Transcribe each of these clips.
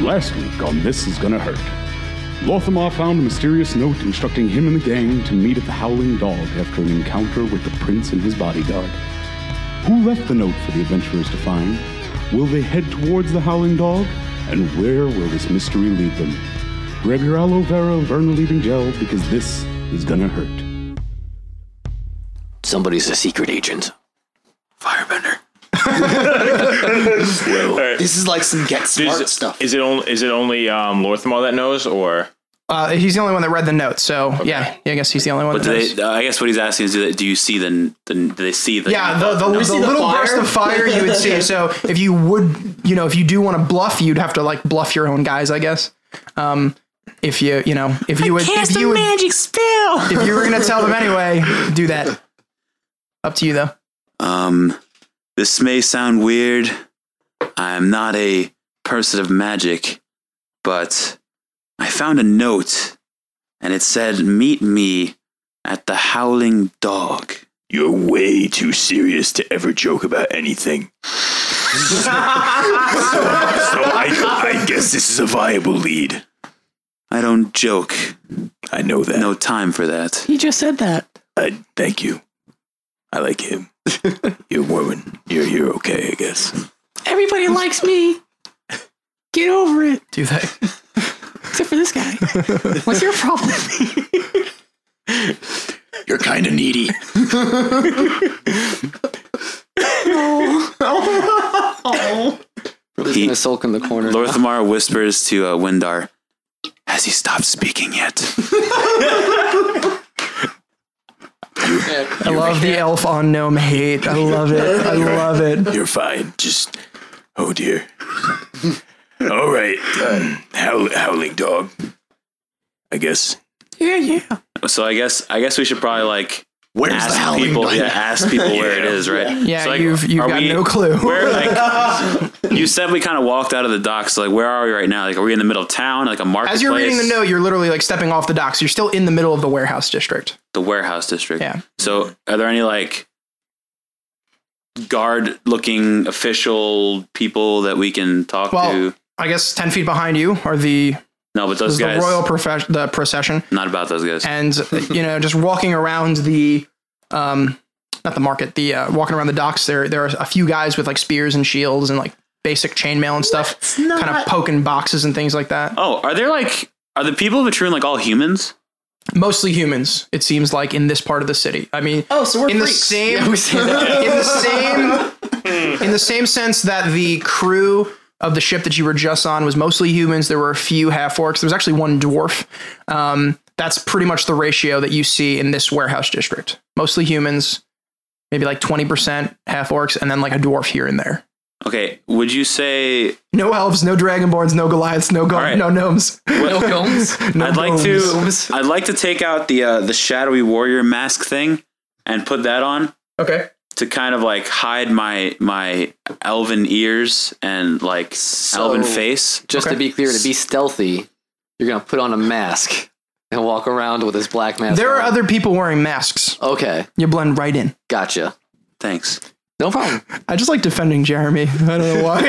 Last week on This Is Gonna Hurt, Lothamar found a mysterious note instructing him and the gang to meet at the Howling Dog after an encounter with the prince and his bodyguard. Who left the note for the adventurers to find? Will they head towards the Howling Dog? And where will this mystery lead them? Grab your aloe vera vernal leaving gel because this is gonna hurt. Somebody's a secret agent. Firebender. This is like some get smart is, stuff. Is it only is it only um, Lorthamar that knows, or Uh, he's the only one that read the note, so yeah, yeah, I guess he's the only one. But that do knows. they, I guess what he's asking is, do, they, do you see the, the? Do they see the? yeah, the, the, the, see the little fire? burst of fire you would see. So if you would, you know, if you do want to bluff, you'd have to like bluff your own guys, I guess. Um, if you, you know, if you would, if you would, magic spell. if you were gonna tell them anyway, do that. Up to you though. Um, this may sound weird. I'm not a person of magic, but I found a note, and it said, "Meet me at the Howling Dog." You're way too serious to ever joke about anything. so I, I guess this is a viable lead. I don't joke. I know that. No time for that. He just said that. I, thank you. I like him. you're Warren. You're you're okay, I guess. Everybody likes me. Get over it. Do they? Except for this guy. What's your problem? You're kind of needy. He's He- gonna sulk in the corner. Lorthamar whispers to uh, Windar, "Has he stopped speaking yet?" I love the elf on gnome hate. I love it. I love it. You're fine. Just oh dear. All right, um, howl, howling dog. I guess. yeah, yeah. So I guess I guess we should probably like Where's the ask howling people, dog? yeah, ask people where it is, right? Yeah, So, like, you've you've are got we- no clue. Where like you said we kind of walked out of the docks. like, where are we right now? Like, are we in the middle of town? Like a marketplace? As you're reading the note, you're literally like stepping off the docks. You're still in the middle of the warehouse district. the warehouse district. Yeah. So, are there any like guard-looking official people that we can talk Well, to? I guess ten feet behind you are the No, but those is guys. the royal profe- the procession, not about those guys. and you know, just walking around the, um, not the market, the uh, walking around the docks. There, there are a few guys with like spears and shields and like basic chainmail and stuff, kind of poking boxes and things like that. oh, are there like are the people of Etrun like all humans? Mostly humans, it seems like in this part of the city. I mean, oh, so we're in the freaks. same Yeah, we say that. in the same in the same sense that the crew of the ship that you were just on was mostly humans. There were a few half orcs. There was actually one dwarf. Um, that's pretty much the ratio that you see in this warehouse district. Mostly humans, maybe like twenty percent half orcs, and then like a dwarf here and there. Okay, would you say No elves, no dragonborns, no goliaths, no go- All right. no gnomes. No gnomes. I'd like to I'd like to take out the uh, the shadowy warrior mask thing and put that on Okay. to kind of like hide my my elven ears and like elven face. Just to Okay. be clear, to be stealthy, you're gonna put on a mask and walk around with this black mask. There are on. other people wearing masks. Okay, You blend right in. gotcha. Thanks. No problem. I just like defending Jeremy. I don't know why.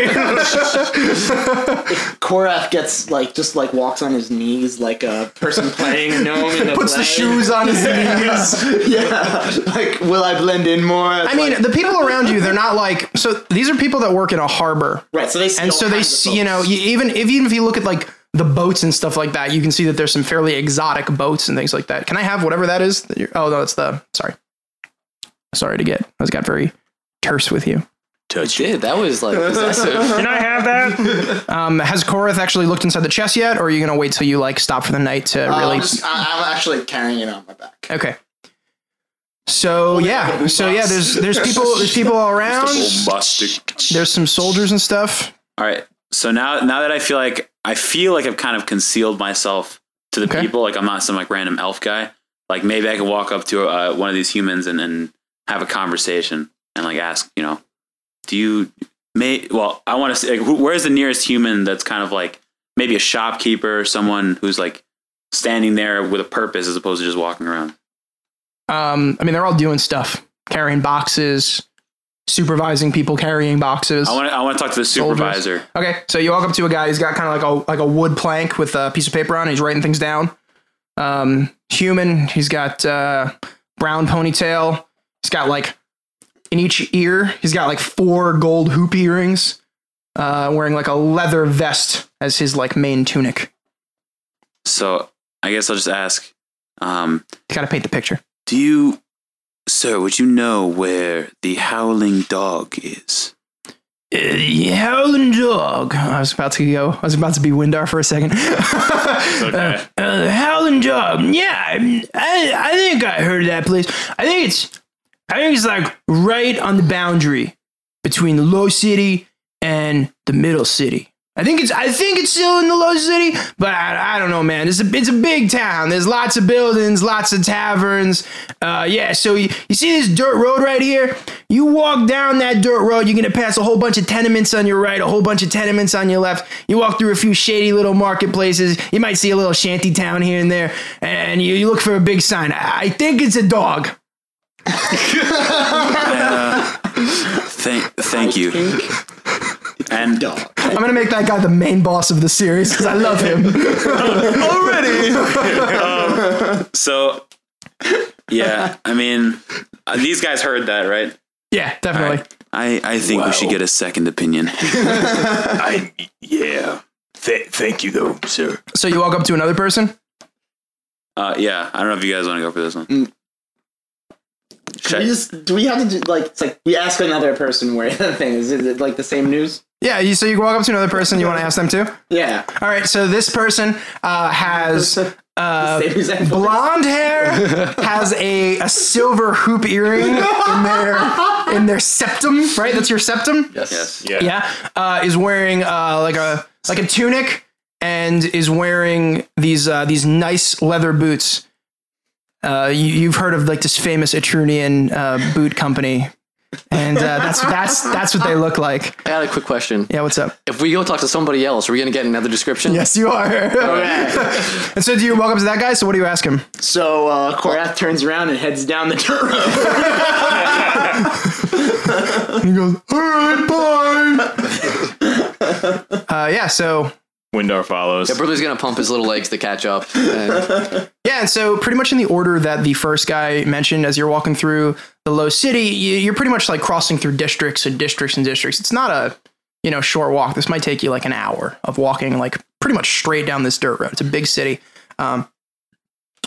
Korath gets like just like walks on his knees like a person playing a gnome. In the Puts the play. shoes on his knees. Yeah, like will I blend in more? I mean, the people around you, they're not like so these are people that work in a harbor. right? So they see And all so they kinds of see, you know, folks. you, even if even if you look at like the boats and stuff like that, you can see that there's some fairly exotic boats and things like that. Can I have whatever that is? that you're- oh no, it's the sorry. Sorry to get. I just got very terse with you. Touch Dude, that was like possessive. can I have that? Um, has Korath actually looked inside the chest yet, or are you gonna wait till you like stop for the night to Uh, really? I'm, just, I, I'm actually carrying it on my back. Okay. So yeah, yeah, we so yeah, box. there's there's people there's people all around. Bombastic. There's some soldiers and stuff. All right. So now now that I feel like I feel like I've kind of concealed myself to the Okay. people, like I'm not some like random elf guy. Like maybe I can walk up to uh, one of these humans and, and have a conversation and like ask, you know, do you may well I want to say like, who, where's the nearest human that's kind of like maybe a shopkeeper or someone who's like standing there with a purpose as opposed to just walking around. Um, I mean, they're all doing stuff, carrying boxes, supervising people carrying boxes. I want to. I want to talk to the soldiers. supervisor. Okay, so you walk up to a guy. He's got kind of like a like a wood plank with a piece of paper on. it. He's writing things down. Um, human. He's got uh, brown ponytail. He's got like in each ear. He's got like four gold hoop earrings. Uh, wearing like a leather vest as his like main tunic. So I guess I'll just ask. Um, You gotta paint the picture. do you, sir? Would you know where the howling dog is? Uh, howling dog. I was about to go. I was about to be Windar for a second. okay. Uh, uh, howling dog. Yeah, I, I think I heard of that place. I think it's, I think it's like right on the boundary between the low city and the middle city. I think it's, I think it's still in the low city, but I, I don't know, man. It's a, it's a big town. There's lots of buildings, lots of taverns. Uh, yeah. So you, you see this dirt road right here? You walk down that dirt road, you're gonna pass a whole bunch of tenements on your right, a whole bunch of tenements on your left. You walk through a few shady little marketplaces. You might see a little shanty town here and there, and you, you look for a big sign. I, I think it's a dog. Thank, thank you. And I'm gonna make that guy the main boss of the series because I love him. so, yeah. I mean, uh, these guys heard that, right? yeah, definitely. I, I think we should Wow. get a second opinion. I yeah. Th- thank you though, sir. So you walk up to another person. Uh, yeah, I don't know if you guys want to go for this one. Mm. Can we just do we have to do like it's like we ask another person where the thing is? Is it like the same news? Yeah, you, so you walk up to another person. You want to ask them too? Yeah, All right. So this person uh, has uh, same exact. blonde hair has a, a silver hoop earring in their in their septum right that's your septum Yes. Yeah. yeah uh, is wearing uh, like a like a tunic and is wearing these uh, these nice leather boots uh, you, you've heard of like this famous Etrunian uh, boot company and uh, that's that's that's what they look like I got a quick question. yeah what's up If we go talk to somebody else, are we gonna get another description? yes you are and so do you walk up to that guy so what do you ask him So uh, Korath turns around and heads down the dirt road. He goes, all right, bye. uh, yeah, so Windar follows. Brother's gonna pump his little legs to catch up. And yeah, and so pretty much in the order that the first guy mentioned, as you're walking through the low city, you- you're pretty much like crossing through districts and districts and districts. It's not a you know short walk. This might take you like an hour of walking, like pretty much straight down this dirt road. It's a big city. Um,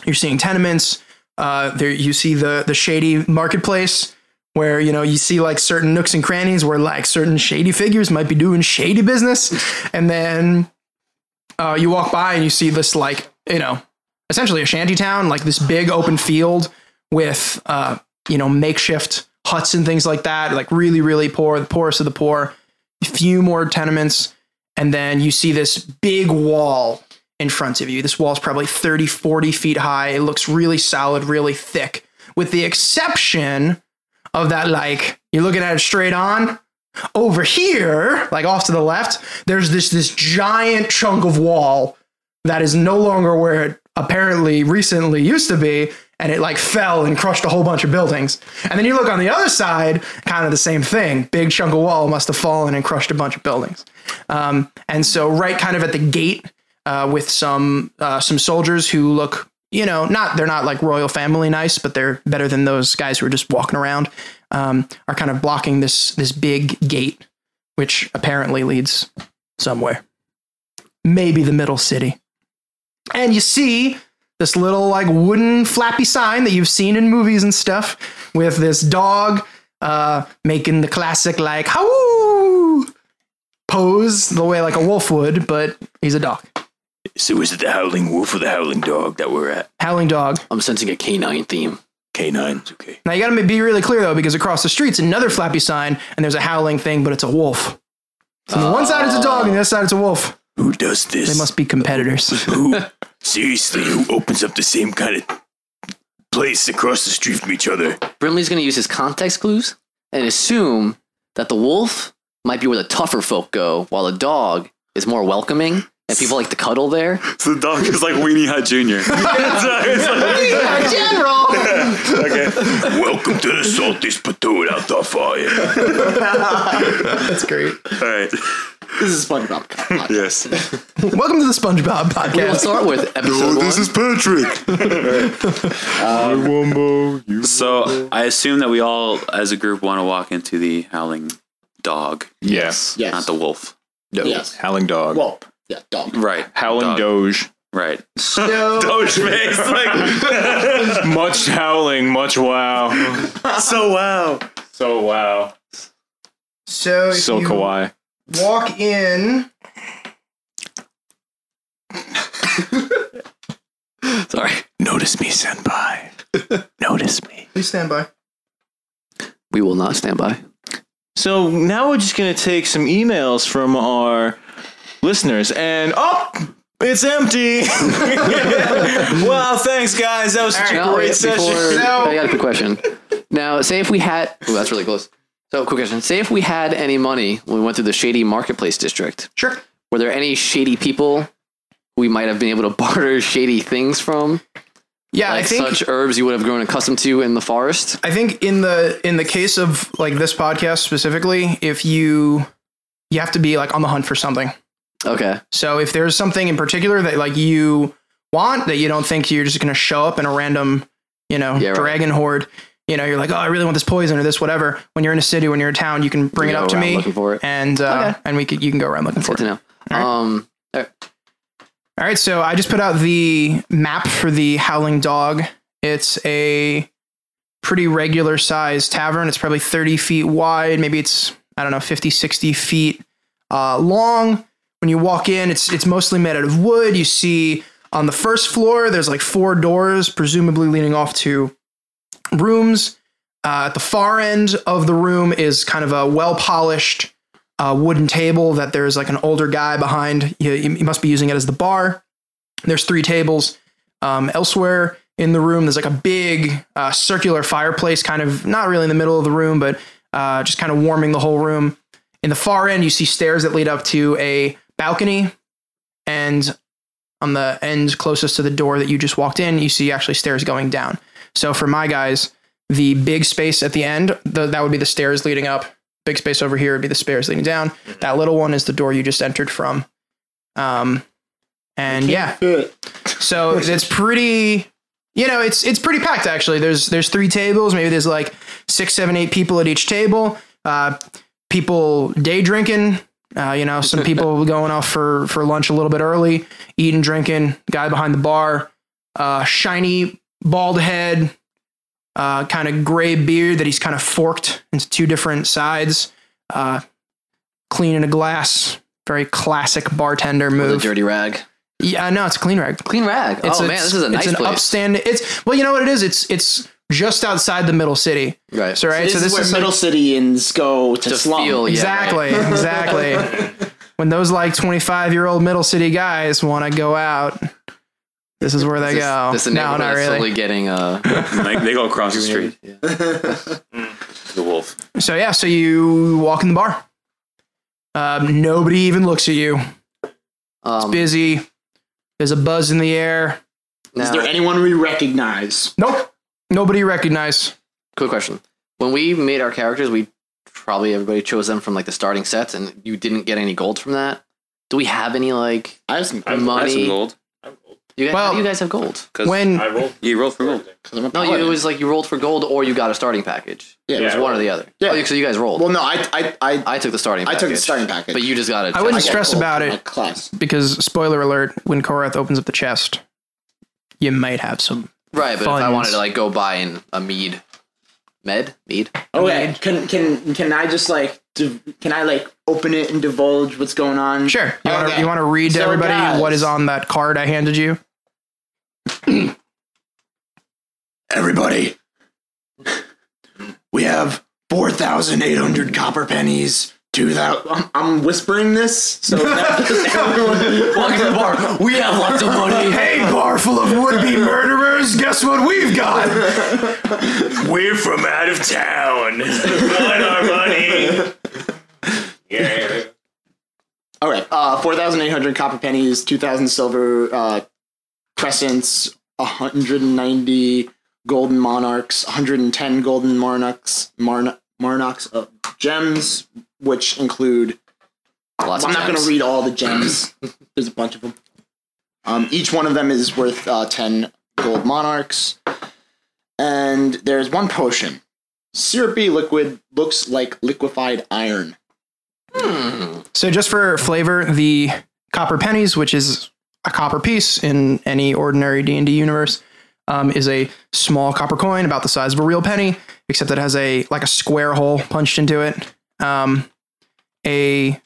you're seeing tenements. Uh, there you see the the shady marketplace where you know you see like certain nooks and crannies where like certain shady figures might be doing shady business, and then uh, you walk by and you see this like you know essentially a shanty town, like this big open field with uh, you know makeshift huts and things like that, like really really poor, the poorest of the poor. Few more tenements, and then you see this big wall in front of you. This wall is probably 30, 40 feet high. It looks really solid, really thick, with the exception of that, like, you're looking at it straight on. Over here, like off to the left, there's this this giant chunk of wall that is no longer where it apparently recently used to be and it like fell and crushed a whole bunch of buildings and then you look on the other side kind of the same thing big chunk of wall must have fallen and crushed a bunch of buildings um, and so right kind of at the gate uh, with some uh, some soldiers who look you know not they're not like royal family nice but they're better than those guys who are just walking around um, are kind of blocking this this big gate which apparently leads somewhere maybe the middle city and you see this little like wooden flappy sign that you've seen in movies and stuff with this dog uh making the classic like how pose the way like a wolf would but he's a dog So is it the howling wolf or the howling dog that we're at? howling dog I'm sensing a canine theme. Canines, okay. now you gotta be really clear though because across the street's another flappy sign and there's a howling thing but it's a wolf so on the one side it's Ah. a dog and the other side it's a wolf Who does this? they must be competitors Who seriously? Who opens up the same kind of place across the street from each other? Brinley's gonna use his context clues and assume that the wolf might be where the tougher folk go, while the dog is more welcoming and people like to cuddle there. So the dog is like Weenie Hut Junior. Welcome to the saltiest potato out the fire. That's great. All right. This is SpongeBob. Podcast. Yes. Welcome to the SpongeBob We'll podcast. start with episode one. Patrick. So I assume that we all, as a group, want to walk into the howling dog, Yes. Yes. not the wolf. Yes. Howling dog. Whelp. Yeah, dog. Right. Howling Dog. Doge. Right. So, Doge face. Like much howling, much wow. so wow. So wow. so if So you kawaii. walk in. Sorry, Notice me, senpai. Notice me. Please stand by. we will not stand by. So now we're just gonna take some emails from our listeners, and oh, it's empty. wow, thanks guys, that was such a Now, great wait, session. before- No. I got a quick question. Now, say if we had. Oh, that's really close. So, quick question. Say if we had any money when we went through the shady marketplace district, Sure. were there any shady people we might have been able to barter shady things from? Yeah, Like I think such herbs you would have grown accustomed to in the forest? I think in the in the case of like this podcast specifically, if you you have to be like on the hunt for something. Okay. So if there's something in particular that like you want that you don't think you're just going to show up in a random, you know, Yeah, right. dragon horde, you know, you're like, oh, I really want this poison or this whatever. When you're in a city, when you're in town, you can bring You it go up to around me, looking for it. and uh, Okay. and we could you can go around looking That's for good it. to know. Um, All right, so I just put out the map for the Howling Dog. It's a pretty regular sized tavern. It's probably 30 feet wide. Maybe it's, I don't know, 50, 60 feet uh, long. When you walk in, it's, it's mostly made out of wood. You see on the first floor, there's like four doors, presumably leading off to rooms. Uh, at the far end of the room is kind of a well polished uh, wooden table that there's like an older guy behind. He, he must be using it as the bar. There's three tables. Um, elsewhere in the room, there's like a big uh, circular fireplace, kind of not really in the middle of the room, but uh, just kind of warming the whole room. In the far end, you see stairs that lead up to a balcony. And on the end closest to the door that you just walked in, you see actually stairs going down. So for my guys, the big space at the end, the, that would be the stairs leading up big space over here would be the stairs leading down. That little one is the door you just entered from. Um, and yeah, so it's pretty. You know, it's it's pretty packed actually. There's there's three tables. Maybe there's like six, seven, eight people at each table. Uh, people day drinking. Uh, you know, some people going off for for lunch a little bit early, eating, drinking. Guy behind the bar, uh, shiny bald head, uh, kind of gray beard that he's kind of forked into two different sides. Uh, clean in a glass, very classic bartender with a move. dirty rag. Yeah, no, it's a clean rag. Clean rag. It's oh a- man, this is a nice It's an place. upstanding. It's well, you know what it is. It's it's just outside the middle city. right. So right, This, so is, this where is middle cityans go to, To slum. feel, yeah, right. exactly exactly. when those like twenty five year old middle city guys want to go out, this is where they This, go. this is a no, neighborhood not that's really. slowly getting uh, Like they go across the street. The wolf. So yeah, so you walk in the bar. Um, nobody even looks at you. um, Busy. There's a buzz in the air. Is now- there anyone we recognize? Nope. Nobody recognize. Quick question. When we made our characters, we probably everybody chose them from like the starting sets, and you didn't get any gold from that. Do we have any like I have some money? That's some gold. You guys, Well- how do you guys have gold? Cause When you rolled for gold. because I'm a No, you, paladin. it was like you rolled for gold or you got a starting package. Oh, Yeah. it was Yeah. one or the other. Yeah. Oh, so you guys rolled. well, no, I I I, I, I took the starting. package, took the starting package. but you just got it. I wouldn't got stress gold about for it. my Class. because spoiler alert, when Korath opens up the chest, you might have some. right, but if I funds. wanted to like go buy an, a mead, med, mead. Okay. Can can can I just like div- can I like open it and divulge what's going on? Sure. You want to Okay. you want to read to Oh, So, everybody guys- what is on that card I handed you? Everybody, we have 4,800 copper pennies. Two thousand. I'm, I'm whispering this so that everyone walk in the bar. We have lots of money. Hey, bar full of would-be murderers. Guess what we've got? We're from out of town. What our money? Yeah. All right. Uh, four thousand eight hundred copper pennies, two thousand silver uh, crescents, hundred and ninety golden monarchs, hundred and ten golden monarchs, marn- monarchs of gems, which include. Lots I'm of not going to gems. read all the gems. There's a bunch of them. Um, each one of them is worth uh, ten gold monarchs, and there's one potion. Syrupy liquid looks like liquefied iron. So just for flavor, the copper pennies, which is a copper piece in any ordinary D and D universe, um, is a small copper coin about the size of a real penny, except it has a like a square hole punched into it. Um, a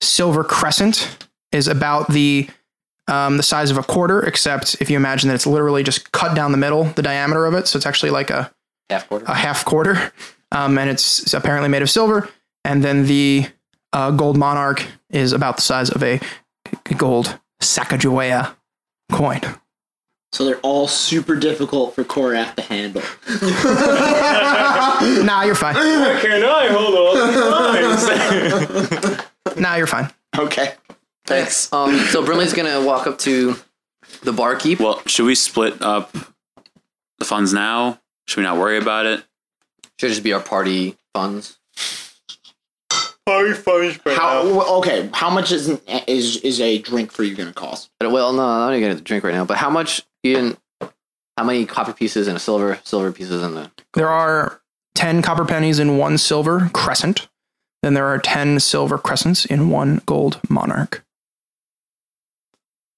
silver crescent is about the um, the size of a quarter, except if you imagine that it's literally just cut down the middle, the diameter of it. So it's actually like a Half quarter. a half quarter, um, and it's apparently made of silver. And then the uh, gold monarch is about the size of a gold Sacagawea coin. So they're all super difficult for Korath to handle. nah, you're fine. Can I hold on? Nah, you're fine. Okay. Thanks. Um, so Brimley's gonna walk up to the barkeep. Well, should we split up the funds now? Should we not worry about it? Should just be our party funds. Party funds, bro. How wh- okay? How much is an, is is a drink for you gonna cost? But, uh, well, no, I'm not gonna drink right now. But how much? You didn't. How many copper pieces and a silver? Silver pieces and the. There are 10 copper pennies in one silver crescent. Then there are 10 silver crescents in one gold monarch.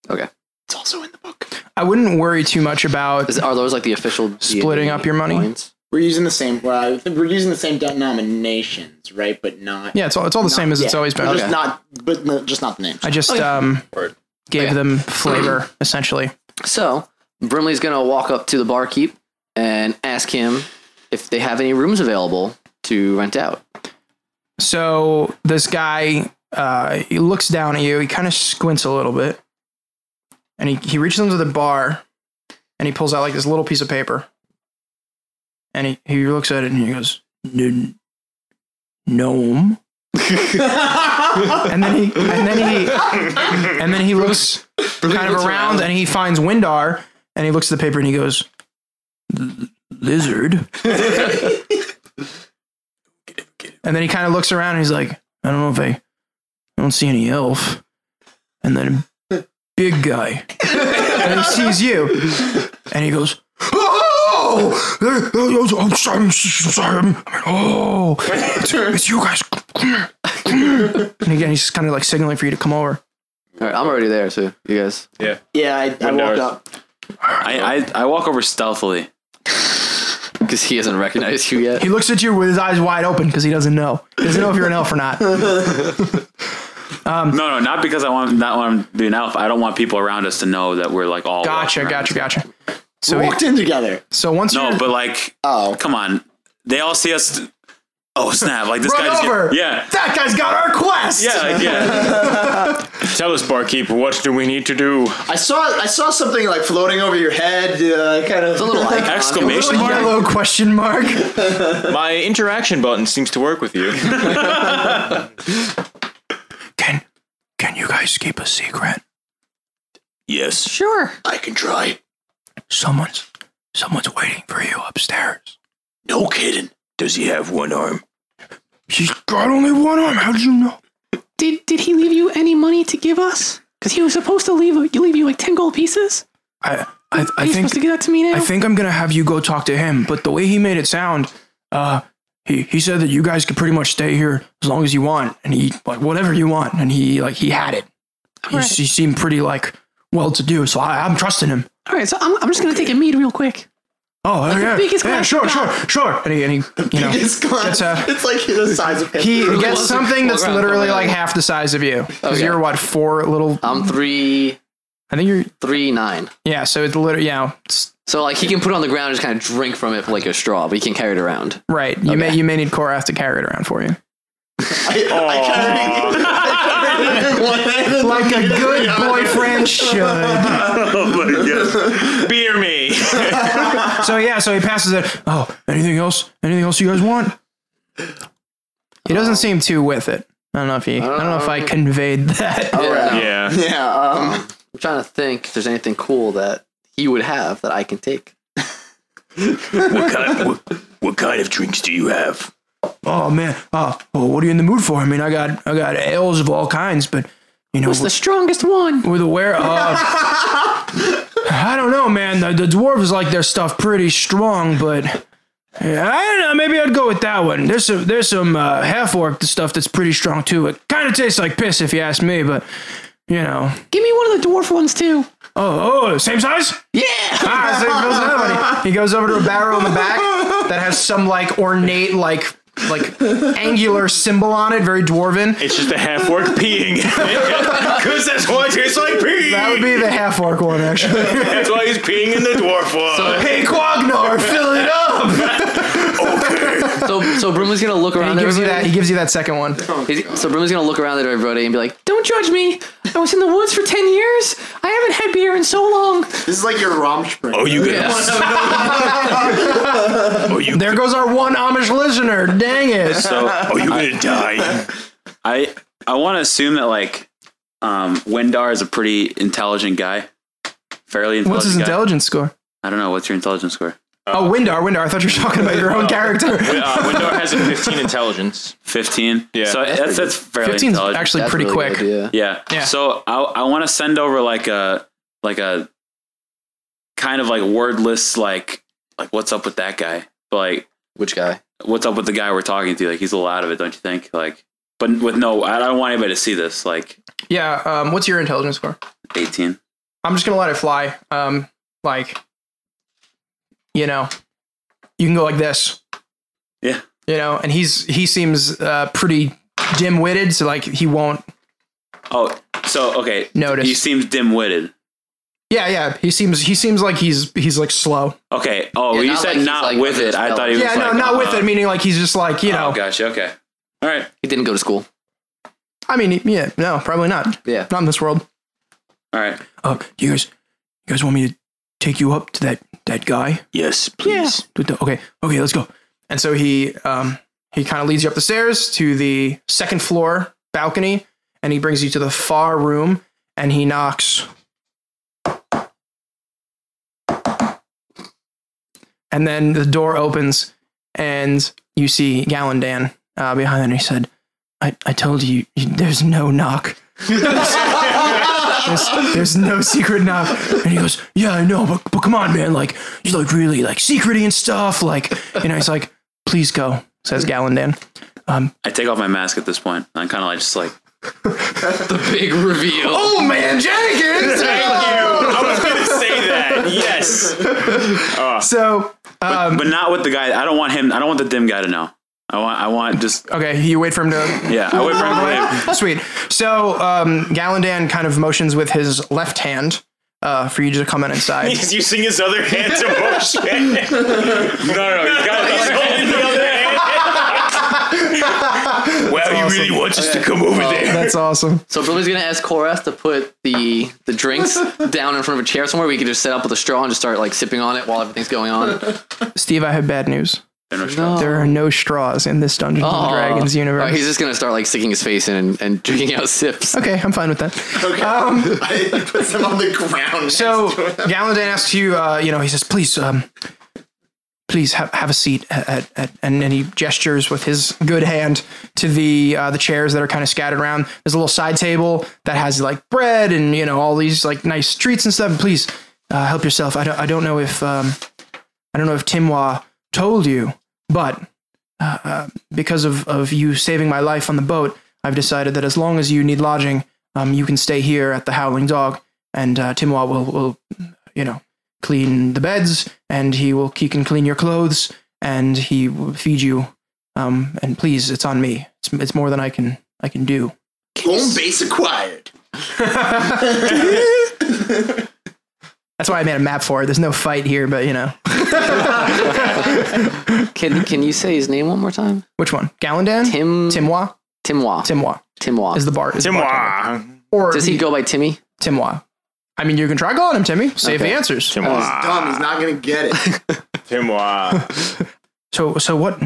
Okay. It's also in the book. I wouldn't worry too much about Is, are those like the official Splitting D&D up your money? coins? We're using the same. Well, I think we're using the same denominations, right? But not. Yeah, it's all, it's all the same as it's Yeah. always been. We're Just not, but no, just not the names. I just um, Word. gave Okay. them flavor essentially. So Brimley's gonna walk up to the barkeep and ask him if they have any rooms available to rent out. So this guy, uh, he looks down at you. He kind of squints a little bit, and he he reaches under the bar, and he pulls out like this little piece of paper, and he he looks at it and he goes, "N- "Gnome." and then he and then he and then he looks kind of around and he finds Windar and he looks at the paper and he goes, "Lizard." And then he kind of looks around and he's like, I don't know if I, I don't see any elf. And then big guy. and he sees you. And he goes, Oh! I'm sorry. I'm sorry. I'm, oh, it's, it's you guys. Come here. Come here." And again, he's kind of like signaling for you to come over. All right, I'm already there, so you guys. yeah, I, I walked up. I, I, I walk over stealthily. Because he hasn't recognized you yet. He looks at you with his eyes wide open because he doesn't know. He doesn't know if you're an elf or not. No, no, not because I want not want to be an elf. I don't want people around us to know that we're like all Gotcha, walking around. gotcha, gotcha. We So, he, walked in together. so once No, you're, but like, Oh, come on, they all see us. Oh snap! Like this Run guy just over! yeah, that guy's got our quest. yeah, like, yeah. Tell us, barkeep, what do we need to do? I saw I saw something like floating over your head, uh, kind of. It's a little icon. Exclamation mark! Yellow question mark. My interaction button seems to work with you. Can can you guys keep a secret? Yes. Sure. I can try. Someone's someone's waiting for you upstairs. No kidding. Does he have one arm? She's got only one arm. How did you know? Did did he leave you any money to give us? Because he was supposed to leave leave you like ten gold pieces. I I, Are I you think supposed to give that to me now? I think I'm gonna have you go talk to him. But the way he made it sound, uh, he he said that you guys could pretty much stay here as long as you want, and he like whatever you want, and he like he had it. He, Alright. he seemed pretty like well to do, so I, I'm trusting him. All right, so I'm, I'm just gonna take a mead real quick. Oh yeah, biggest yeah, glass sure, you sure, got. sure. And he, and he you know, It's gone. It's a- it's like the size of him. He gets something that's Walk around, literally walk around. like half the size of you. Because Okay. you're what four little? Um, I'm three, I think you're. three, nine. Yeah, so it's literally yeah. it's- So like he can put it on the ground and just kind of drink from it like a straw, but he can carry it around. right. You may Okay. you may need Korath to carry it around for you, like a good boyfriend should. Oh, Beer me. So yeah, so he passes it. Um, Oh, anything else? Anything else you guys want? He doesn't seem too with it. I don't know if you. I don't know if I conveyed that. Yeah, no. Yeah. Yeah. Um, I'm trying to think if there's anything cool that he would have that I can take. What kind, what, what kind of drinks do you have? Oh man. Oh, well, what are you in the mood for? I mean, I got I got ales of all kinds, but you know, What's the strongest one? with aware of. I don't know, man. The, the dwarves like their stuff pretty strong, but yeah, I don't know. Maybe I'd go with that one. There's some there's some uh, half orc stuff that's pretty strong too. It kind of tastes like piss if you ask me, but you know. Give me one of the dwarf ones too. Oh, oh, same size? Ah, Yeah. so he, fills it up and he- he goes over to a barrel in the back that has some like ornate like like angular symbol on it, very dwarven. It's just a half work peeing. Because that's why it tastes like pee. That would be the half orc one actually. That's why he's peeing in the dwarf one. hey Quagnar, fill it up. So so Bruma's gonna look around. he gives you that. everybody- He gives you that second one. He's- so Bruma's gonna look around at everybody and be like, Don't judge me. I was in the woods for 10 years. I haven't had beer in so long. this is like your Romspring. Oh, you gonna? Oh, you? There goes our one Amish listener. Dang it. So Oh, you gonna die? I I want to assume that like um, Wendar is a pretty intelligent guy, fairly intelligent. What's his guy. intelligence score? I don't know. What's your intelligence score? Oh, Windar, Windar. I thought you were talking about your own character. Uh, Windor has a 15 intelligence. Fifteen. Yeah. So that's that's fairly 15's intelligent. actually "That's pretty really quick. good idea." yeah. Yeah. So I I want to send over like a like a kind of like wordless like like what's up with that guy? But like Which guy? what's up with the guy we're talking to? Like he's a little out of it, don't you think? Like, but with no, I don't want anybody to see this. Like Yeah. Um, what's your intelligence score? eighteen. I'm just gonna let it fly. Um, like, you know, you can go like this. Yeah. You know, and he's he seems uh, pretty dim-witted, so like he won't Oh, so okay. Notice. he seems dim-witted. Yeah, yeah. He seems he seems like he's he's like slow. Okay. Oh, Yeah, you not said like he's, not like, with under it. I spell. thought he was Yeah, no, like, not with uh, it. Meaning like he's just like you know. Oh, gotcha. Okay. All right. He didn't go to school. I mean, yeah, no, probably not. Yeah. Not in this world. All right. Uh, you guys, you guys want me to take you up to that that guy? Yes, please. With the- Okay, okay, let's go. And so he um he kind of leads you up the stairs to the second floor balcony, and he brings you to the far room, and he knocks. And then the door opens, and you see Gallandan uh, behind, and he said, "I, I told you, you, there's no knock." there's, there's no secret knock. And he goes, Yeah, I know, but, but come on, man. Like, you like really like secrety and stuff. Like, you know, he's like, Please go, says Gallandan. I take off my mask at this point. I'm kind of like just like Big reveal. Oh, man, Jennings! I was going to say that. Yes. so, but not with the guy. I don't want him. I don't want the dim guy to know. I want. I want just. okay, you wait for him to. Yeah. I wait for him. to leave. Sweet. So, um, Gallandan kind of motions with his left hand uh, for you to come in inside. He's using his other hand to motion. no, no, no. He's got he's holding the other hand. Wow, he really wants us to come over there. That's awesome. So Bruma's gonna ask Koras to put the the drinks down in front of a chair somewhere we could just set up with a straw and just start like sipping on it while everything's going on. Steve, I have bad news. No. There are no straws in this Dungeons Aw. and Dragons universe. Oh, he's just gonna start like sticking his face in and, and drinking out sips. okay, I'm fine with that. Um, Okay. I put them on the ground. So Gallandan asks you, uh, you know, he says, please, um, please have, have a seat at, at, at, and, and he gestures with his good hand to the, uh, the chairs that are kind of scattered around. There's a little side table that has like bread and, you know, all these like nice treats and stuff. Please, uh, help yourself. I don't, I don't know if, um, I don't know if Timwa told you, but, uh, uh, because of, of you saving my life on the boat, I've decided that as long as you need lodging, um, you can stay here at the Howling Dog and uh, Timwa will, will, you know, clean the beds, and he will he can clean your clothes, and he will feed you. Um, and please, it's on me. It's, it's more than I can I can do. home base acquired. That's why I made a map for it. There's no fight here, but you know, Can can you say his name one more time? which one? Gallandan, Tim Timwa, Timwa. Timwa Timwa. is the bar. Is the bartender. Timwa. or Does he go by Timmy? Timwa? I mean, you can try calling him Timmy. See if he Okay. answers. He's dumb. He's not gonna get it. Timwa. So so what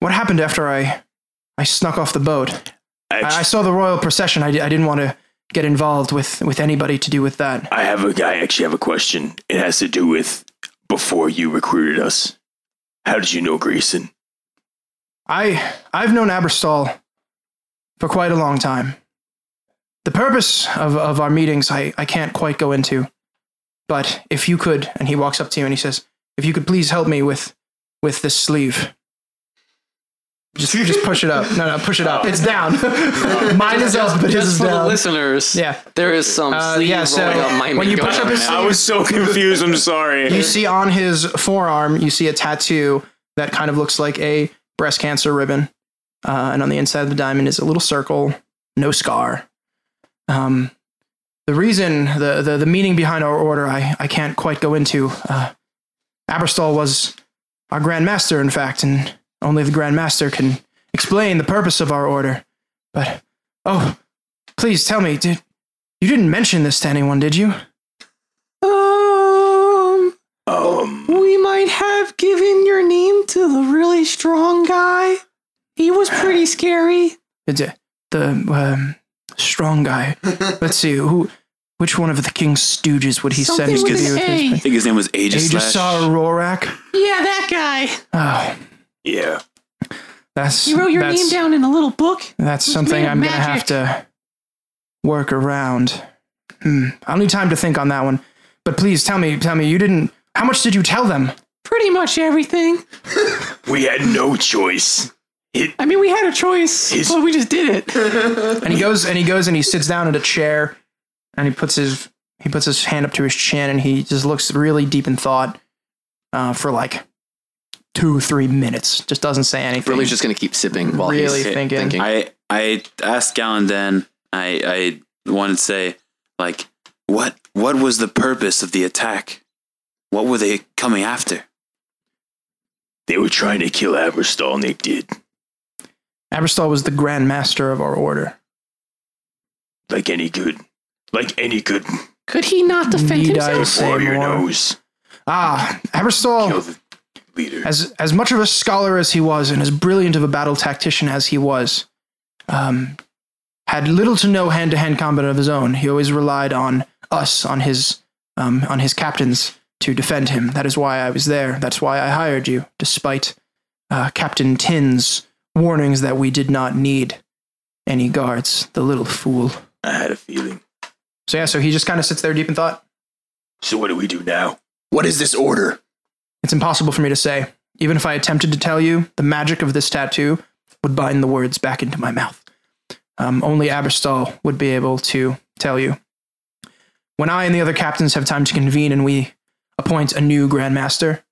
what happened after I I snuck off the boat? I, I Actually, saw the royal procession. I, di- I didn't want to get involved with, with anybody to do with that. I have a. I actually have a question. It has to do with before you recruited us. How did you know Grayson? I I've known Aberstall for quite a long time. The purpose of, of our meetings I, I can't quite go into. But if you could and he walks up to you and he says, If you could please help me with with this sleeve. Just, just push it up. No, no, push it up. It's down. Mine is up, but his Just is for the down. listeners, Yeah. there is some Uh, sleeve yeah, so rolling up my when you going push up on his right now. I was so confused. I'm sorry. You see on his forearm, you see a tattoo that kind of looks like a breast cancer ribbon. Uh, and on the inside of the diamond is a little circle, no scar. Um, the reason, the, the, the meaning behind our order, I, I can't quite go into. Uh, Aberstall was our Grand Master, in fact, and only the Grand Master can explain the purpose of our order. But, oh, please tell me, did, you didn't mention this to anyone, did you? Um, Um, we might have given your name to the really strong guy. He was pretty scary. It's a, the um, strong guy. Let's see who, which one of the king's stooges would he Something send to with do an with A. his? think his name was Aegis. Aegis slash- Rorak. Yeah, that guy. Oh, yeah. that's He wrote your that's, name down in a little book. That's something made of I'm gonna have magic. to work around. Hmm. I'll need time to think on that one. But please tell me, tell me, you didn't. How much did you tell them? Pretty much everything. We had no choice. I mean, we had a choice, His- but we just did it. And he goes and he goes and he sits down at a chair, and he puts his he puts his hand up to his chin and he just looks really deep in thought uh, for like two three minutes. Just doesn't say anything. Billy's just gonna keep sipping while Really he's thinking. I I asked Gallon then. I I wanted to say like what what was the purpose of the attack? What were they coming after? They were trying to kill Aberstall, and they did. Aberstall was the Grand Master of our order. Like any good, like any good Could he not defend Need himself? I say warrior more? knows. Ah, Kill Aberstall, the leader. as as much of a scholar as he was, and as brilliant of a battle tactician as he was, um, had little to no hand to hand combat of his own. He always relied on us, on his um, on his captains to defend him. That is why I was there. That's why I hired you, despite uh, Captain Tin's warnings that we did not need any guards. The little fool. I had a feeling. So yeah, so he just kind of sits there deep in thought. So what do we do now? What is this order? It's impossible for me to say. Even if I attempted to tell you, the magic of this tattoo would bind the words back into my mouth. Um, only Aberstall would be able to tell you. When I and the other captains have time to convene and we appoint a new Grand Master,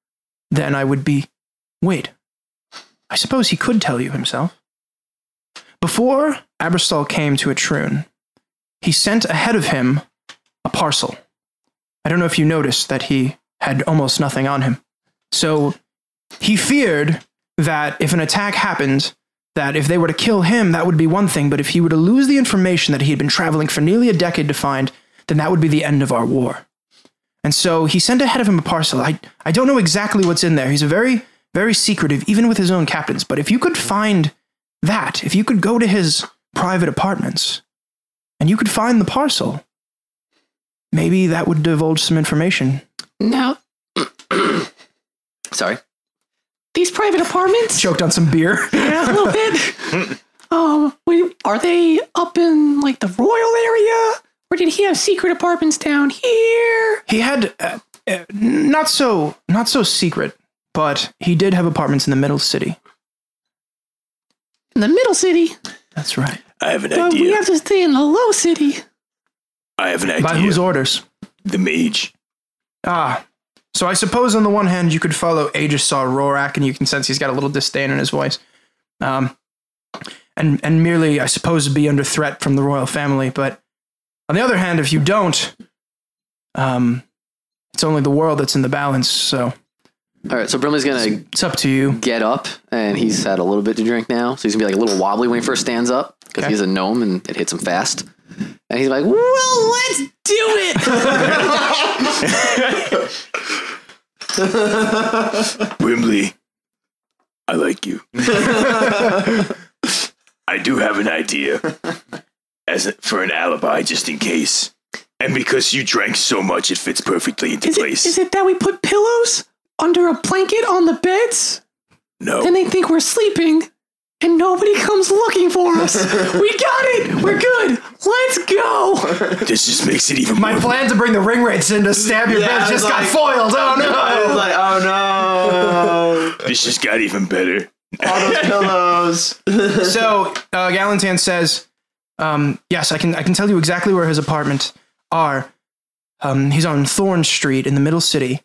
then I would be. Wait. I suppose he could tell you himself. Before Aberstall came to Etrun, he sent ahead of him a parcel. I don't know if you noticed that he had almost nothing on him. So he feared that if an attack happened, that if they were to kill him, that would be one thing, but if he were to lose the information that he had been traveling for nearly a decade to find, then that would be the end of our war. And so he sent ahead of him a parcel. I, I don't know exactly what's in there. He's a very, very secretive, even with his own captains. But if you could find that, if you could go to his private apartments and you could find the parcel, maybe that would divulge some information. Now, Sorry. these private apartments, Choked on some beer. yeah, a little bit. Um, we, are they up in like the royal area, or did he have secret apartments down here? he had uh, uh, not so not so secret, but he did have apartments in the middle city. In the middle city, That's right. I have an but we idea. have to stay in the low city. I have an By whose idea. orders? The mage. Ah. So I suppose on the one hand you could follow Aegisar Rorak, and you can sense he's got a little disdain in his voice, um, and and merely I suppose be under threat from the royal family. But on the other hand, if you don't, um, it's only the world that's in the balance. So All right, so Brimley's gonna it's up to you. get up, and he's had a little bit to drink now, so he's gonna be like a little wobbly when he first stands up because Okay. he's a gnome and it hits him fast. And he's like, "Well, let's do it." Brimley, I like you. I do have an idea as a- for an alibi, just in case. And because you drank so much, it fits perfectly into Is it, place. is it that we put pillows under a blanket on the beds? no, Then they think we're sleeping and nobody comes looking for us. we got it. We're good. Let's go. this just makes it even My more. plan to bring the ring rates in to stab your Yeah, bed I just was got like- foiled. Oh I was no! like, oh this just got even better. no, all those pillows. so uh, Galantan says, um, "Yes, I can. I can tell you exactly where his apartment are. Um, he's on Thorn Street in the middle city.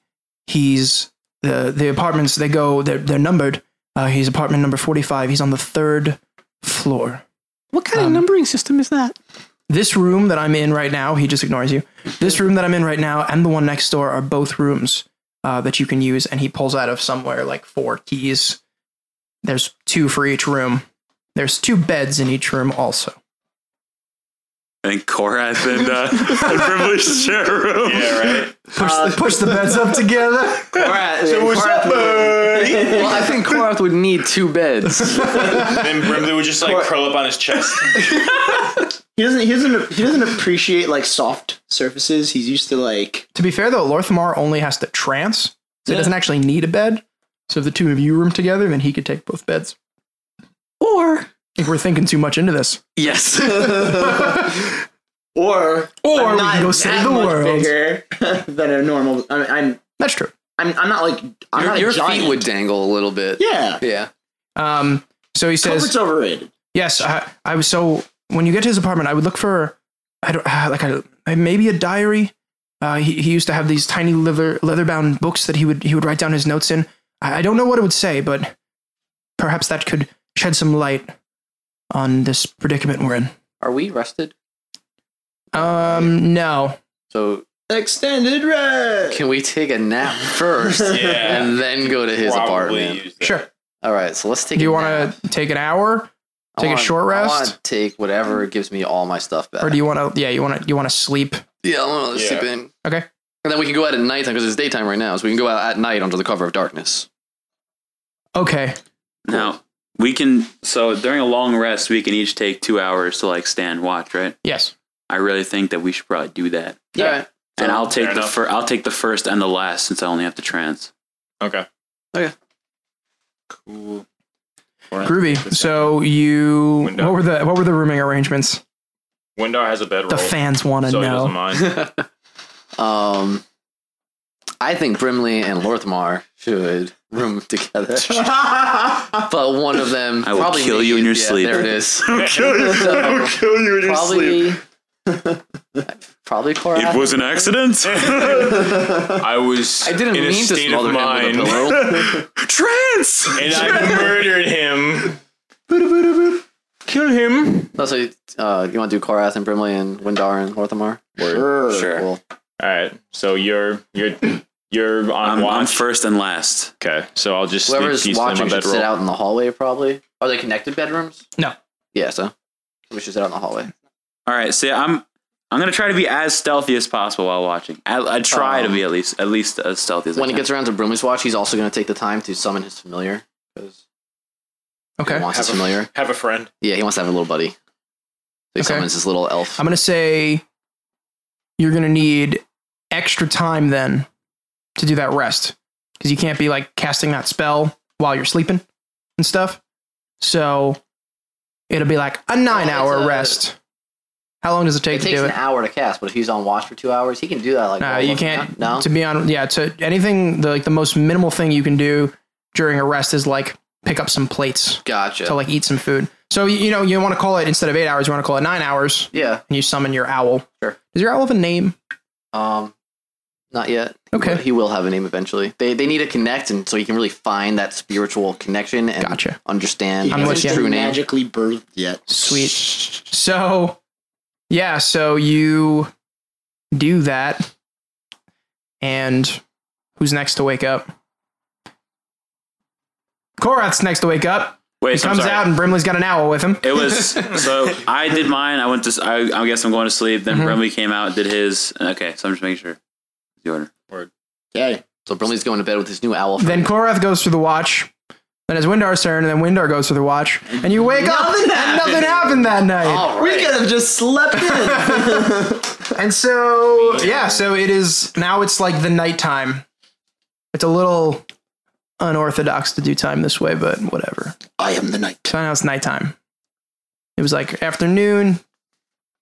He's the the apartments. They go. They're, they're numbered. Uh, he's apartment number forty five. He's on the third floor. What kind Um, of numbering system is that? This room that I'm in right now. He just ignores you. This room that I'm in right now and the one next door are both rooms uh, that you can use. And he pulls out of somewhere like four keys. There's two for each room. There's two beds in each room also." I think Korath and uh, the privileged share a room. Yeah, right. Push, the, push the beds up together. so what's up, Well, I think Korath would need two beds. Then Brimley would just like curl up on his chest. He doesn't. He doesn't. He doesn't appreciate like soft surfaces. He's used to like. To be fair, though, Lorthamar only has to trance, so he doesn't actually need a bed. So if the two of you room together, then he could take both beds. Or If we're thinking too much into this, Yes. Or Or I'm we not can go save that the much world. bigger than a normal. I mean, I'm. that's true. I'm. I'm not like. I'm your not your a giant. feet would dangle a little bit. Yeah. Yeah. Um, so he says, Comfort's overrated. "Yes, I, I was so when you get to his apartment, I would look for, I don't ah, like a maybe a diary. Uh, he, he used to have these tiny leather leather bound books that he would he would write down his notes in. I, I don't know what it would say, but perhaps that could shed some light on this predicament we're in. Are we rested? Um, no, So Extended red. can we take a nap first Yeah. and then go to his Probably apartment? use that. sure." All right. So let's take. Do you a want nap. to take an hour, I take a wanna- short I rest? wanna take whatever gives me all my stuff back. or do you want to? Yeah, you want to. You want to sleep? yeah, I want to Yeah. sleep in. Okay. And then we can go out at nighttime because it's daytime right now, so we can go out at night under the cover of darkness. Okay. Now we can. So during a long rest, we can each take two hours to like stand watch. Right. Yes. I really think that we should probably do that. Yeah. All right. And I'll take Fair the enough. fir- I'll take the first and the last since I only have to trance. Okay. Okay. Cool. Groovy. So you. Window. What were the What were the rooming arrangements? Windar has a bedroll. The fans want to so he doesn't know. mind. Um, I think Brimley and Lorthmar should room together, but one of them I will probably kill me. you in your Yeah, sleep. There it is. kill you. So, kill you in your probably, probably Korath. an accident. I was I didn't in a mean to state of smother mind, him with a pillow. trance. and I murdered him. Kill him. No, so uh, you want to do Korath and Brimley and Windar and Lorthamar? Sure. Sure. Cool. All right, so you're you're you're on I'm, I'm watch. first and last. okay, so I'll just sneak Whoever's peacefully watching in my should sit bedroll. out in the hallway, probably. Are they connected bedrooms? No. Yeah, so we should sit out in the hallway. All right. So I'm I'm gonna try to be as stealthy as possible while watching. I, I try to be at least at least as stealthy as Oh. I When he can. gets around to Brimley's watch, he's also going to take the time to summon his familiar because Okay. he wants his Have a- familiar. Have a friend. Yeah, he wants to have a little buddy. So he Okay. summons his little elf. I'm gonna say you're gonna need extra time then to do that rest because you can't be like casting that spell while you're sleeping and stuff. So it'll be like a nine hour a- rest. How long does it take it to takes do an it? hour to cast, but if he's on watch for two hours, he can do that. Like No, while you looking can't. down. No, To be on, yeah. To anything, the, like the most minimal thing you can do during a rest is like pick up some plates gotcha. to like eat some food. So you know you want to call it instead of eight hours, you want to call it nine hours, yeah. and you summon your owl. Sure. Does your owl have a name? Um, not yet. Okay. But he will have a name eventually. They they need to connect, and so he can really find that spiritual connection and Gotcha. understand I'm with his you. true name. magically birthed yet. Sweet. So yeah, so you do that, and who's next to wake up? Korath's next to wake up. Wait, He so I'm comes sorry. out and Brimley's got an owl with him. It was so I did mine. I went to. s- I, I guess I'm going to sleep. Then Mm-hmm. Mhm. Brimley came out, did his. Okay, so I'm just making sure. The order. Okay. So Brimley's going to bed with his new owl. friend. Then Korath goes through the watch. Then it's Windar's turn, and then Windar goes for the watch, and you wake up, Nothing and happened. nothing happened that night. All We right. could have just slept in. And so, yeah, so it is now it's like the nighttime. It's a little unorthodox to do time this way, but whatever. I am the knight. So now it's nighttime. It was like afternoon.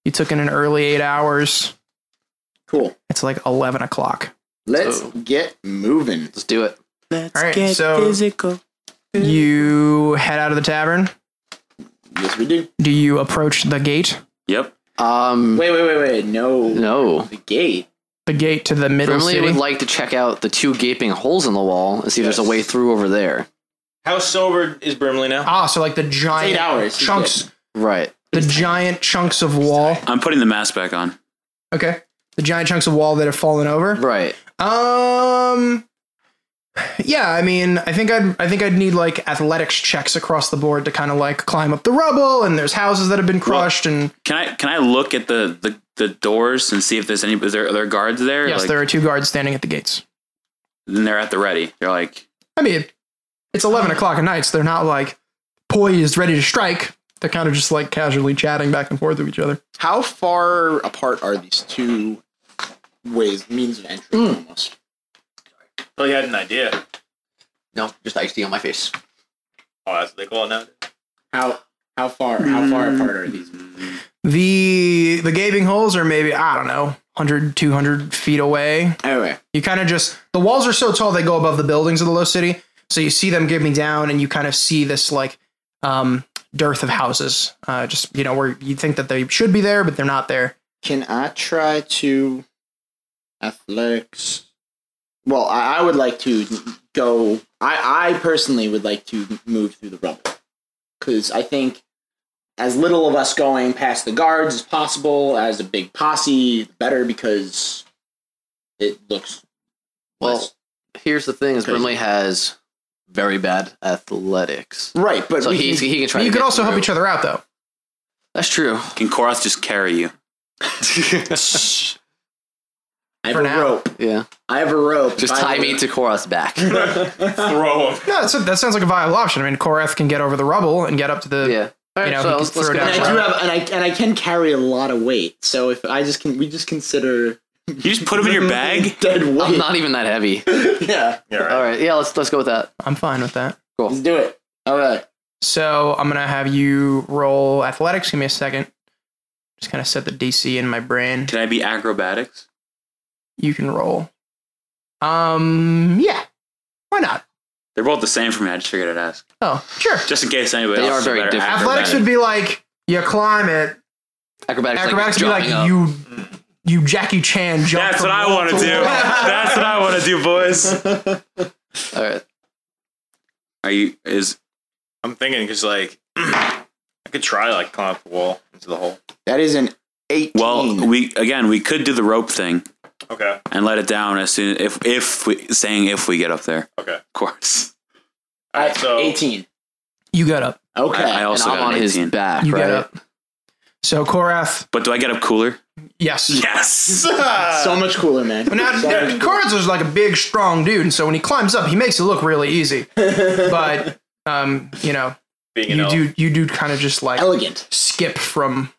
You took in an early eight hours. Cool. It's like 11 o'clock. Let's So- get moving. Let's do it. Let's All right, get so- physical. You head out of the tavern. Yes, we do. Do you approach the gate? Yep. Um, Wait, wait, wait, wait. No. no. The gate. The gate to the middle Brimley city? would like to check out the two gaping holes in the wall and see if there's Yes. a way through over there. How sober is Brimley now? ah, so like the giant eight hours. He's chunks, Right. the giant chunks of wall. I'm putting the mask back on. Okay. The giant chunks of wall that have fallen over. Right. Um. Yeah, I mean, I think I'd I think I'd need like athletics checks across the board to kind of like climb up the rubble, and there's houses that have been crushed, and Can I can I look at the the, the doors and see if there's any is there are there guards there? yes, Like, there are two guards standing at the gates. And they're at the ready. They're like, I mean, it's eleven o'clock at night, so they're not like poised, ready to strike. They're kind of just like casually chatting back and forth with each other. How far apart are these two ways, means of entry almost? Well, you Oh, had an idea. No, just iced tea on my face. Oh, that's what they call it now. How how far how far apart are these? The the gaping holes are maybe I don't know 100, 200 feet away. Anyway, You kind of just the walls are so tall they go above the buildings of the low city, so you see them giving down, and you kind of see this like um, dearth of houses. Uh, just you know where you think that they should be there, but they're not there. can I try to athletics? Well, I, I would like to go. I I personally would like to move through the rubble because I think as little of us going past the guards as possible, as a big posse, better because it looks Well, less- Here's the thing: is Crazy. Brimley has very bad athletics, right. But so we he can- he can try. you to could get also help through. each other out though. That's true. "Can Korath just carry you?" I have for a now. rope. Yeah. I have a rope. Just If I tie were- me to Korath's back. Throw him. No, that's that sounds like a viable option. I mean, Korath can get over the rubble and get up to the. yeah. All right. know, so he let's, can let's throw go down And back I Yeah. do around. have, and I and I can carry a lot of weight. So if I just can, we just consider You just put him in your bag. dead weight. I'm not even that heavy. yeah, All right. Yeah. Let's let's go with that. I'm fine with that. let's do it. All right. So I'm gonna have you roll athletics. Give me a second. Just kind of set the DC in my brain. Can I be acrobatics? You can roll. Um, yeah. Why not? They're both the same for me. I just figured I'd ask, Oh, sure. just in case anybody They else are is very better different. Athletics acrobat. would be like you climb it. Acrobatics. Acrobatics would be like, like jumping up. you, you Jackie Chan jump. That's from what I wall want to to do. wall. That's what I want to do, boys. All right. Are you is I'm thinking because like I could try like climb up the wall into the hole. That is an eighteen. well? We again, we could do the rope thing Okay. and let it down as soon if if we saying if we get up there, of Okay. course. All right. So eighteen. You got up. Okay. I, I also and I'm got on an his 18. back, You right? get up. So Korath, But do I get up cooler? yes. Yes. so much cooler, man. But now So much cooler. Korath is like a big, strong dude, and so when he climbs up, he makes it look really easy. But um, you know, being you, an elf. do you do kind of just like elegant. skip from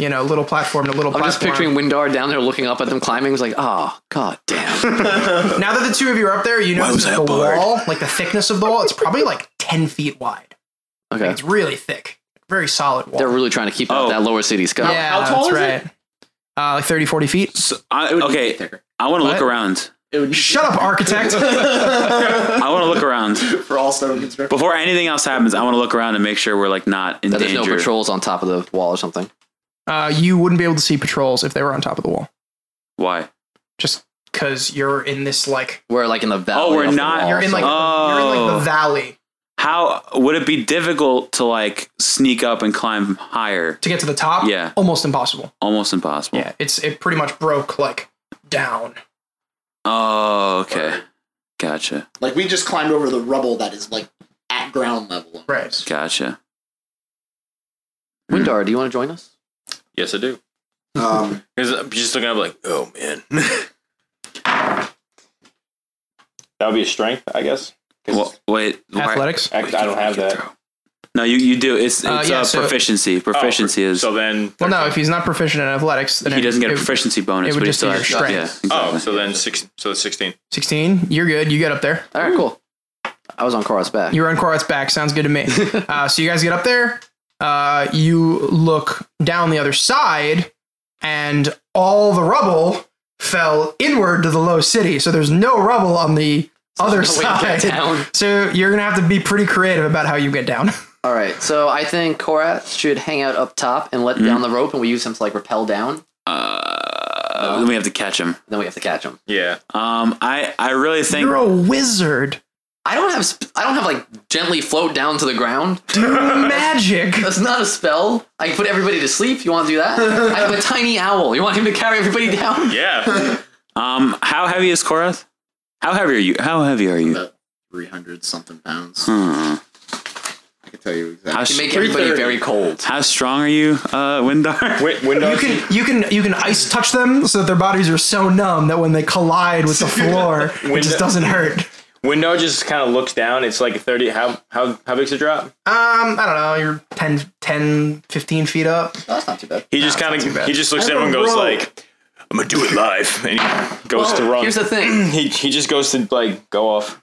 you know little platform to little I'm just platform. picturing Windar down there looking up at them climbing. He's like, oh, god damn. now that the two of you are up there, you notice was that I the bored? wall, like the thickness of the wall, it's probably like ten feet wide. Okay. It's really thick, very solid wall. They're really trying to keep out Oh. that lower city sky. yeah, how tall is that's right. Uh, like 30, 40 feet. So I, okay, I want to What? look around. It would Shut up, architect. I want to look around for all stone construction. before anything else happens. I want to look around and make sure we're like not in That there's danger. no patrols on top of the wall or something. uh, you wouldn't be able to see patrols if they were on top of the wall, Why? just because you're in this like We're like in the valley. Oh, we're of the not- wall, you're in like so- the, you're in like Oh. the valley How would it be difficult to like sneak up and climb higher? to get to the top. Yeah. almost impossible. Almost impossible. Yeah, it's it pretty much broke like down. Oh, okay. Gotcha. Like we just climbed over the rubble that is like at ground level. Right. Gotcha. Windar, do you want to join us? yes, I do. Um, Because I'm just looking up like Oh man. that would be a strength, I guess. Well, wait, why- Athletics. I, I don't have that. No, you, you do. It's it's Uh, uh, yeah, so- proficiency. Oh, Proficiency is so then. Well, no, if he's not proficient in athletics, then he doesn't get a it- proficiency bonus, it would but he just be still your has strength. Yeah, Oh, exactly. so then six. So sixteen. 16. You're good. You get up there. All right, cool. I was on Korra's back. You're on Korat's back. Sounds good to me. uh, so you guys get up there. Uh, you look down the other side, and all the rubble fell inward to the low city. So there's no rubble on the other no way to side. get down. So you're gonna have to be pretty creative about how you get down. All right, so I think Korra should hang out up top and let Mm-hmm. down the rope, and we use him to like rappel down. Oh. Uh, then we have to catch him. Then we have to catch him. Yeah. Um, I I really think You're a wizard. I don't have. Sp- I don't have like gently float down to the ground. Do magic. That's not a spell. I can put everybody to sleep. You want to do that? I have a tiny owl. You want him to carry everybody down? Yeah. Um, how heavy is Korath? How heavy are you? How heavy are you? About 300 something pounds. Hmm. I can tell you How, exactly. To s- make everybody very cold. how strong are you, uh, Windar? Win- Windows. You can you can you can ice touch them so that their bodies are so numb that when they collide with the floor, it just Window- doesn't hurt. Window just kind of looks down. It's like a thirty. How how how big's the drop? Um, I don't know. You're 10, 10 15 feet up. that's not too bad. He just kind of he just looks at him and goes like, I'm gonna do it live. and he goes Well, to run. Here's the thing. he he just goes to like go off.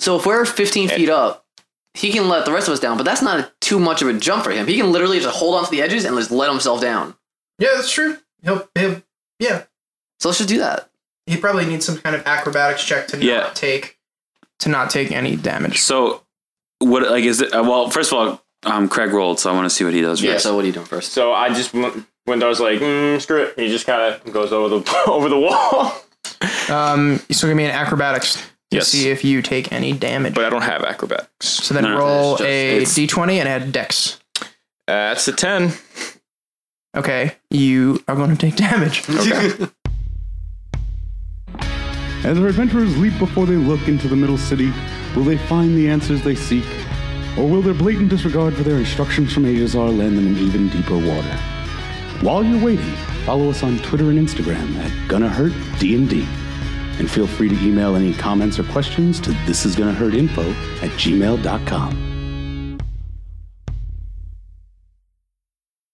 So if we're 15 feet up, he can let the rest of us down, but that's not too much of a jump for him. He can literally just hold onto the edges and just let himself down. Yeah, that's true. He'll, he'll yeah. So let's just do that. He probably needs some kind of acrobatics check to not Yeah. take to not take any damage. So, what like is it? Uh, well, first of all, um, Craig rolled, so I want to see what he does. Yeah. first. So what are you doing first? So I just Window's like mm, screw it. He just kind of goes over the over the wall. Um, so give me an acrobatics to Yes. see if you take any damage. But I don't have acrobatics. So then No, no, roll it's just- a it's- d20 and add dex. Uh, that's a ten. Okay, you are going to take damage. As our adventurers leap before they look into the middle city, will they find the answers they seek? Or will their blatant disregard for their instructions from Azazar land them in even deeper water? While you're waiting, follow us on Twitter and Instagram at Gonna Hurt D&D. And feel free to email any comments or questions to thisisgonnahurtinfo at gmail.com.